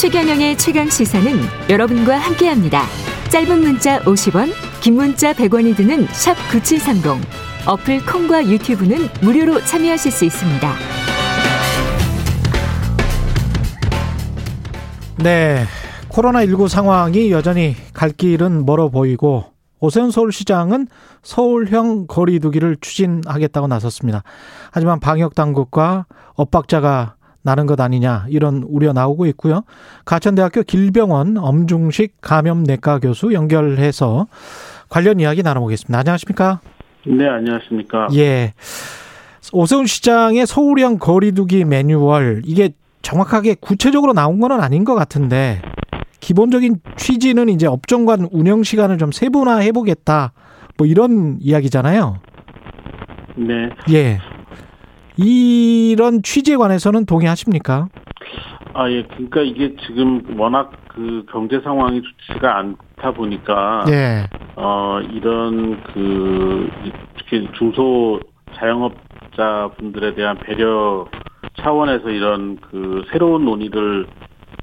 최경영의 최강 시사는 여러분과 함께합니다. 짧은 문자 50원, 긴 문자 100원이 드는 샵 #9730 어플 콩과 유튜브는 무료로 참여하실 수 있습니다. 네. 코로나19 상황이 여전히 갈 길은 멀어 보이고 오세훈 서울시장은 서울형 거리두기를 추진하겠다고 나섰습니다. 하지만 방역 당국과 엇박자가 나는 것 아니냐 이런 우려 나오고 있고요. 가천대학교 길병원 엄중식 감염내과 교수 연결해서 관련 이야기 나눠보겠습니다. 안녕하십니까? 네, 안녕하십니까? 예. 오세훈 시장의 서울형 거리두기 매뉴얼 이게 정확하게 구체적으로 나온 건 아닌 것 같은데 기본적인 취지는 이제 업종 간 운영 시간을 좀 세분화해 보겠다 뭐 이런 이야기잖아요. 네. 예. 이런 취지에 관해서는 동의하십니까? 아, 예. 그러니까 이게 지금 워낙 그 경제 상황이 좋지가 않다 보니까 예. 어, 이런 그 특히 중소 자영업자 분들에 대한 배려 차원에서 이런 그 새로운 논의를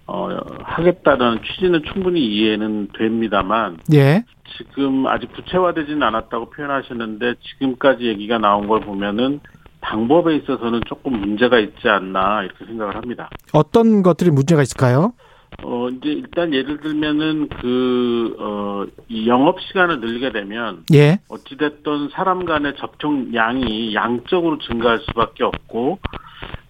어, 하겠다는 취지는 충분히 이해는 됩니다만 예. 지금 아직 구체화되지는 않았다고 표현하셨는데 지금까지 얘기가 나온 걸 보면은 방법에 있어서는 조금 문제가 있지 않나 이렇게 생각을 합니다. 어떤 것들이 문제가 있을까요? 어 이제 일단 예를 들면은 그, 그어이 영업 시간을 늘리게 되면 예. 어찌됐든 사람 간의 접촉 양이 양적으로 증가할 수밖에 없고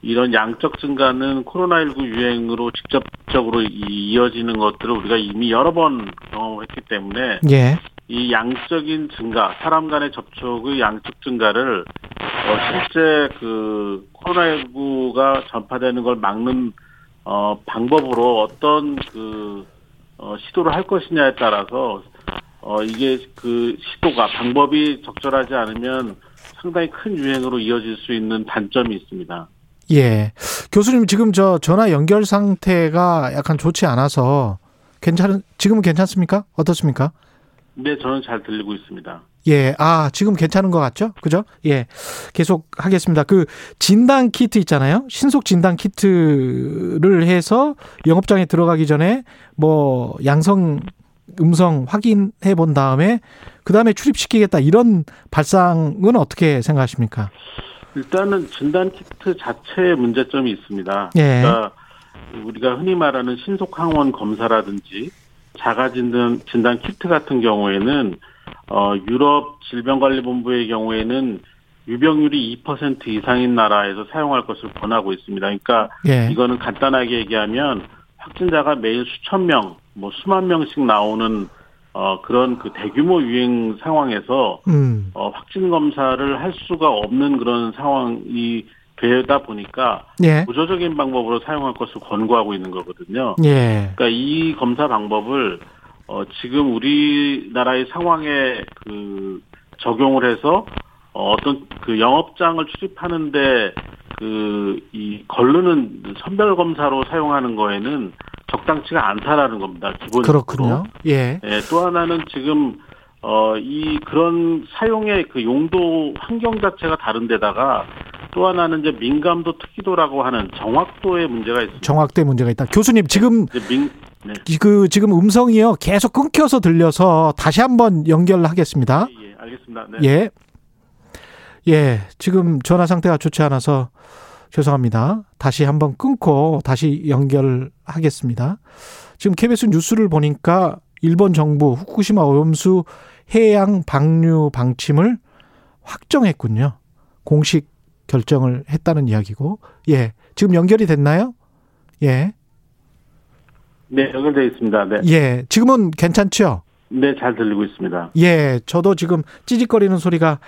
이런 양적 증가는 코로나19 유행으로 직접적으로 이- 이어지는 것들을 우리가 이미 여러 번 경험했기 때문에 예. 이 양적인 증가, 사람 간의 접촉의 양적 증가를 어, 실제 그 코로나19가 전파되는 걸 막는 어, 방법으로 어떤 그 어, 시도를 할 것이냐에 따라서 어, 이게 그 시도가 방법이 적절하지 않으면 상당히 큰 유행으로 이어질 수 있는 단점이 있습니다. 예. 교수님 지금 저 전화 연결 상태가 약간 좋지 않아서 괜찮은 지금은 괜찮습니까? 어떻습니까? 네, 저는 잘 들리고 있습니다. 예. 아, 지금 괜찮은 것 같죠? 그죠? 예. 계속 하겠습니다. 그 진단 키트 있잖아요. 신속 진단 키트를 해서 영업장에 들어가기 전에 뭐 양성 음성 확인해 본 다음에 그다음에 출입시키겠다 이런 발상은 어떻게 생각하십니까? 일단은 진단 키트 자체의 문제점이 있습니다. 예. 그러니까 우리가 흔히 말하는 신속 항원 검사라든지 자가 진단 진단 키트 같은 경우에는 어 유럽 질병관리본부의 경우에는 유병률이 2% 이상인 나라에서 사용할 것을 권하고 있습니다. 그러니까 예. 이거는 간단하게 얘기하면 확진자가 매일 수천 명, 뭐 수만 명씩 나오는 어 그런 그 대규모 유행 상황에서 음. 어, 확진 검사를 할 수가 없는 그런 상황이 되다 보니까 예. 보조적인 방법으로 사용할 것을 권고하고 있는 거거든요. 예. 그러니까 이 검사 방법을 어, 지금 우리나라의 상황에 그 적용을 해서 어, 어떤 그 영업장을 출입하는데 그 이 걸르는 선별 검사로 사용하는 거에는 적당치가 않다라는 겁니다. 기본적으로. 그렇군요. 예. 예, 또 하나는 지금 어, 이 그런 사용의 그 용도 환경 자체가 다른데다가 또 하나는 이제 민감도 특기도라고 하는 정확도의 문제가 있습니다. 정확대 문제가 있다. 교수님 지금 이제 민, 네, 그 지금 음성이요 계속 끊겨서 들려서 다시 한번 연결하겠습니다. 예, 예, 알겠습니다. 네. 예. 예. 지금 전화 상태가 좋지 않아서 죄송합니다. 다시 한번 끊고 다시 연결하겠습니다. 지금 KBS 뉴스를 보니까 일본 정부 후쿠시마 오염수 해양 방류 방침을 확정했군요. 공식 결정을 했다는 이야기고. 예. 지금 연결이 됐나요? 예. 네, 연결되어 있습니다. 네. 예. 지금은 괜찮죠? 네, 잘 들리고 있습니다. 예, 저도 지금 찌직거리는 소리가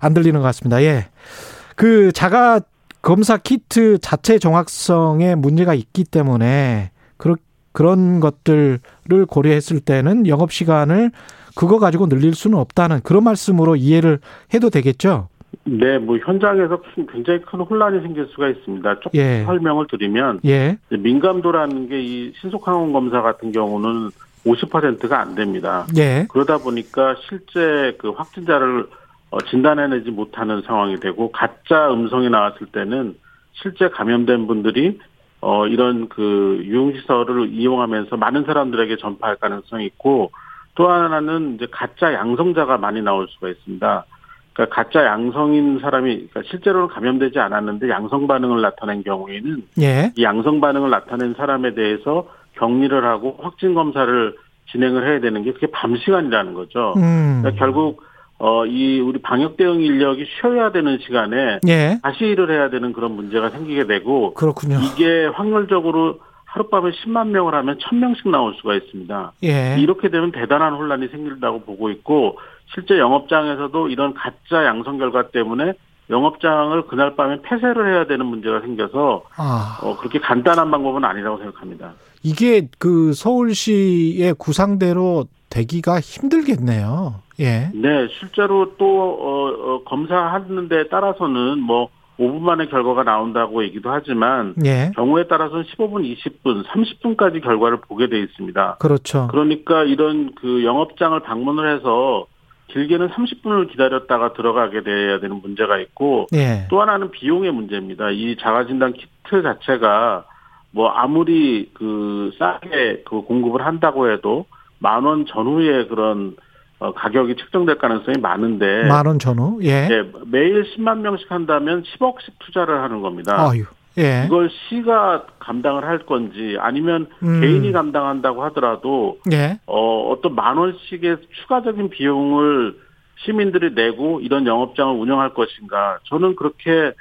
안 들리는 것 같습니다. 예. 그 자가 검사 키트 자체 정확성에 문제가 있기 때문에 그런 그런 것들을 고려했을 때는 영업 시간을 그거 가지고 늘릴 수는 없다는 그런 말씀으로 이해를 해도 되겠죠? 네, 뭐 현장에서 큰- 굉장히 큰 혼란이 생길 수가 있습니다. 조금 예. 설명을 드리면 예. 이제 민감도라는 게 이 신속항원 검사 같은 경우는 50%가 안 됩니다. 예. 그러다 보니까 실제 그 확진자를 어, 진단해내지 못하는 상황이 되고 가짜 음성이 나왔을 때는 실제 감염된 분들이 어, 이런 그 유흥시설을 이용하면서 많은 사람들에게 전파할 가능성이 있고 또 하나는 이제 가짜 양성자가 많이 나올 수가 있습니다. 그러니까 가짜 양성인 사람이 그러니까 실제로는 감염되지 않았는데 양성 반응을 나타낸 경우에는 예. 이 양성 반응을 나타낸 사람에 대해서 격리를 하고 확진 검사를 진행을 해야 되는 게 그게 밤 시간이라는 거죠. 음. 그러니까 결국 어, 이 우리 방역 대응 인력이 쉬어야 되는 시간에 예. 다시 일을 해야 되는 그런 문제가 생기게 되고 그렇군요. 이게 확률적으로 하룻밤에 10만 명을 하면 1000명씩 나올 수가 있습니다. 예. 이렇게 되면 대단한 혼란이 생긴다고 보고 있고 실제 영업장에서도 이런 가짜 양성 결과 때문에 영업장을 그날 밤에 폐쇄를 해야 되는 문제가 생겨서 아. 어, 그렇게 간단한 방법은 아니라고 생각합니다. 이게 그 서울시의 구상대로 되기가 힘들겠네요. 예. 네, 실제로 또 어, 어, 검사하는 데 따라서는 뭐 5분 만에 결과가 나온다고 얘기도 하지만 예. 경우에 따라서는 15분, 20분, 30분까지 결과를 보게 돼 있습니다. 그렇죠. 그러니까 이런 그 영업장을 방문을 해서 길게는 30분을 기다렸다가 들어가게 돼야 되는 문제가 있고 예. 또 하나는 비용의 문제입니다. 이 자가진단 키트 자체가 뭐 아무리 그 싸게 그 공급을 한다고 해도 만 원 전후의 그런 어, 가격이 측정될 가능성이 많은데 만 원 전후. 예. 예, 매일 10만 명씩 한다면 10억씩 투자를 하는 겁니다. 아유. 예. 이걸 시가 감당을 할 건지 아니면 음. 개인이 감당한다고 하더라도 예. 어, 어떤 만 원씩의 추가적인 비용을 시민들이 내고 이런 영업장을 운영할 것인가. 저는 그렇게,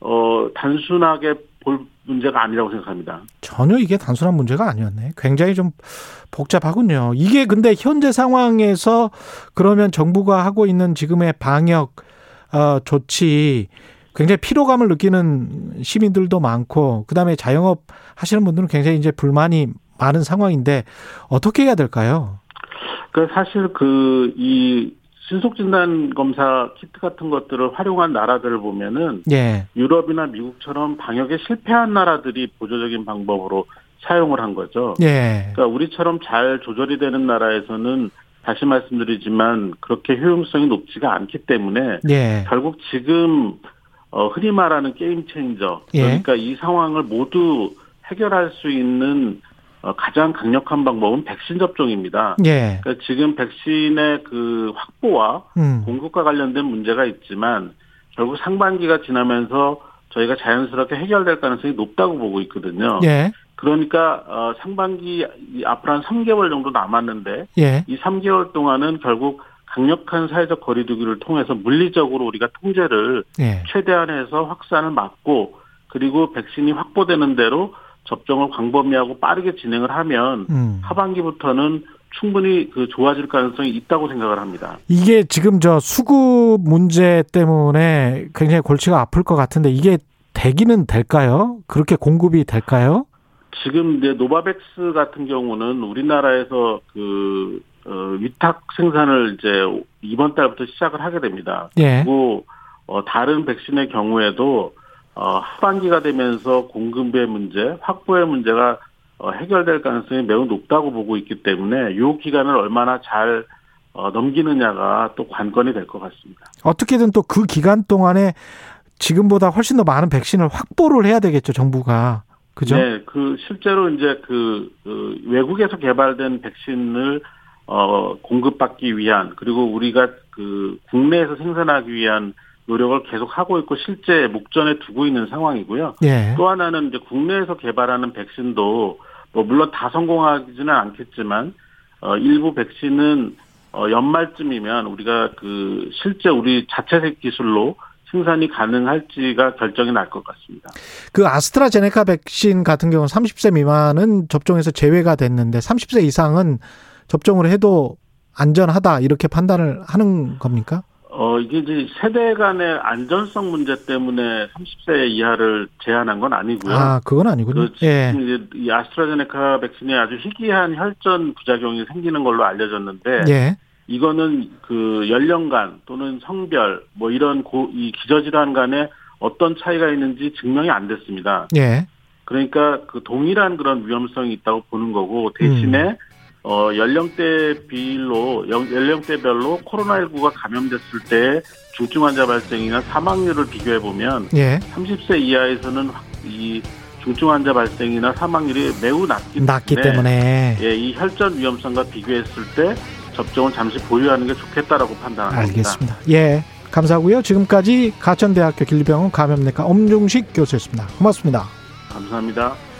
어, 단순하게 볼 문제가 아니라고 생각합니다. 전혀 이게 단순한 문제가 아니었네. 굉장히 좀 복잡하군요. 이게 근데 현재 상황에서 그러면 정부가 하고 있는 지금의 방역 어, 조치 굉장히 피로감을 느끼는 시민들도 많고 그다음에 자영업 하시는 분들은 굉장히 이제 불만이 많은 상황인데 어떻게 해야 될까요? 그 사실 그, 이, 신속진단 검사 키트 같은 것들을 활용한 나라들을 보면은 예. 유럽이나 미국처럼 방역에 실패한 나라들이 보조적인 방법으로 사용을 한 거죠. 예. 그러니까 우리처럼 잘 조절이 되는 나라에서는 다시 말씀드리지만 그렇게 효용성이 높지가 않기 때문에 예. 결국 지금 어, 흔히 말하는 게임 체인저 예. 그러니까 이 상황을 모두 해결할 수 있는 어, 가장 강력한 방법은 백신 접종입니다. 예. 그러니까 지금 백신의 그 확보와 음. 공급과 관련된 문제가 있지만 결국 상반기가 지나면서 저희가 자연스럽게 해결될 가능성이 높다고 보고 있거든요. 예. 그러니까 어, 상반기 이 앞으로 한 3개월 정도 남았는데 예. 이 3개월 동안은 결국 강력한 사회적 거리두기를 통해서 물리적으로 우리가 통제를 예. 최대한해서 확산을 막고 그리고 백신이 확보되는 대로 접종을 광범위하고 빠르게 진행을 하면 음. 하반기부터는 충분히 그 좋아질 가능성이 있다고 생각을 합니다. 이게 지금 저 수급 문제 때문에 굉장히 골치가 아플 것 같은데 이게 대기는 될까요? 그렇게 공급이 될까요? 지금 이제 노바백스 같은 경우는 우리나라에서 그 어, 위탁 생산을 이제 이번 달부터 시작을 하게 됩니다. 예. 그리고 어, 다른 백신의 경우에도 어, 하반기가 되면서 공급의 문제, 확보의 문제가 어, 해결될 가능성이 매우 높다고 보고 있기 때문에 요 기간을 얼마나 잘 어, 넘기느냐가 또 관건이 될 것 같습니다. 어떻게든 또 그 기간 동안에 지금보다 훨씬 더 많은 백신을 확보를 해야 되겠죠, 정부가. 그죠? 네, 그 실제로 이제 그, 그 외국에서 개발된 백신을 어, 공급받기 위한 그리고 우리가 그 국내에서 생산하기 위한 노력을 계속 하고 있고 실제 목전에 두고 있는 상황이고요. 예. 또 하나는 이제 국내에서 개발하는 백신도 뭐 물론 다 성공하지는 않겠지만 어, 일부 백신은 어, 연말쯤이면 우리가 그 실제 우리 자체 기술로 생산이 가능할지가 결정이 날 것 같습니다. 그 아스트라제네카 백신 같은 경우는 30세 미만은 접종에서 제외가 됐는데 30세 이상은 접종을 해도 안전하다 이렇게 판단을 하는 겁니까? 어, 이게 이제 세대 간의 안전성 문제 때문에 30세 이하를 제한한 건 아니고요. 아, 그건 아니군요. 네. 그 예. 지금 이제 이 아스트라제네카 백신에 아주 희귀한 혈전 부작용이 생기는 걸로 알려졌는데 예. 이거는 그 연령간 또는 성별 뭐 이런 고, 이 기저질환 간에 어떤 차이가 있는지 증명이 안 됐습니다. 예. 그러니까 그 동일한 그런 위험성이 있다고 보는 거고 대신에 음. 어 연령대 비율로 연- 연령대별로 코로나19가 감염됐을 때 중증 환자 발생이나 사망률을 비교해 보면 예. 30세 이하에서는 확- 이 중증 환자 발생이나 사망률이 매우 낮기, 낮기 때문에 예, 이 혈전 위험성과 비교했을 때 접종을 잠시 보유하는 게 좋겠다라고 판단합니다. 알겠습니다. 예, 감사하고요. 지금까지 가천대학교 길병원 감염내과 엄중식 교수였습니다. 고맙습니다. 감사합니다.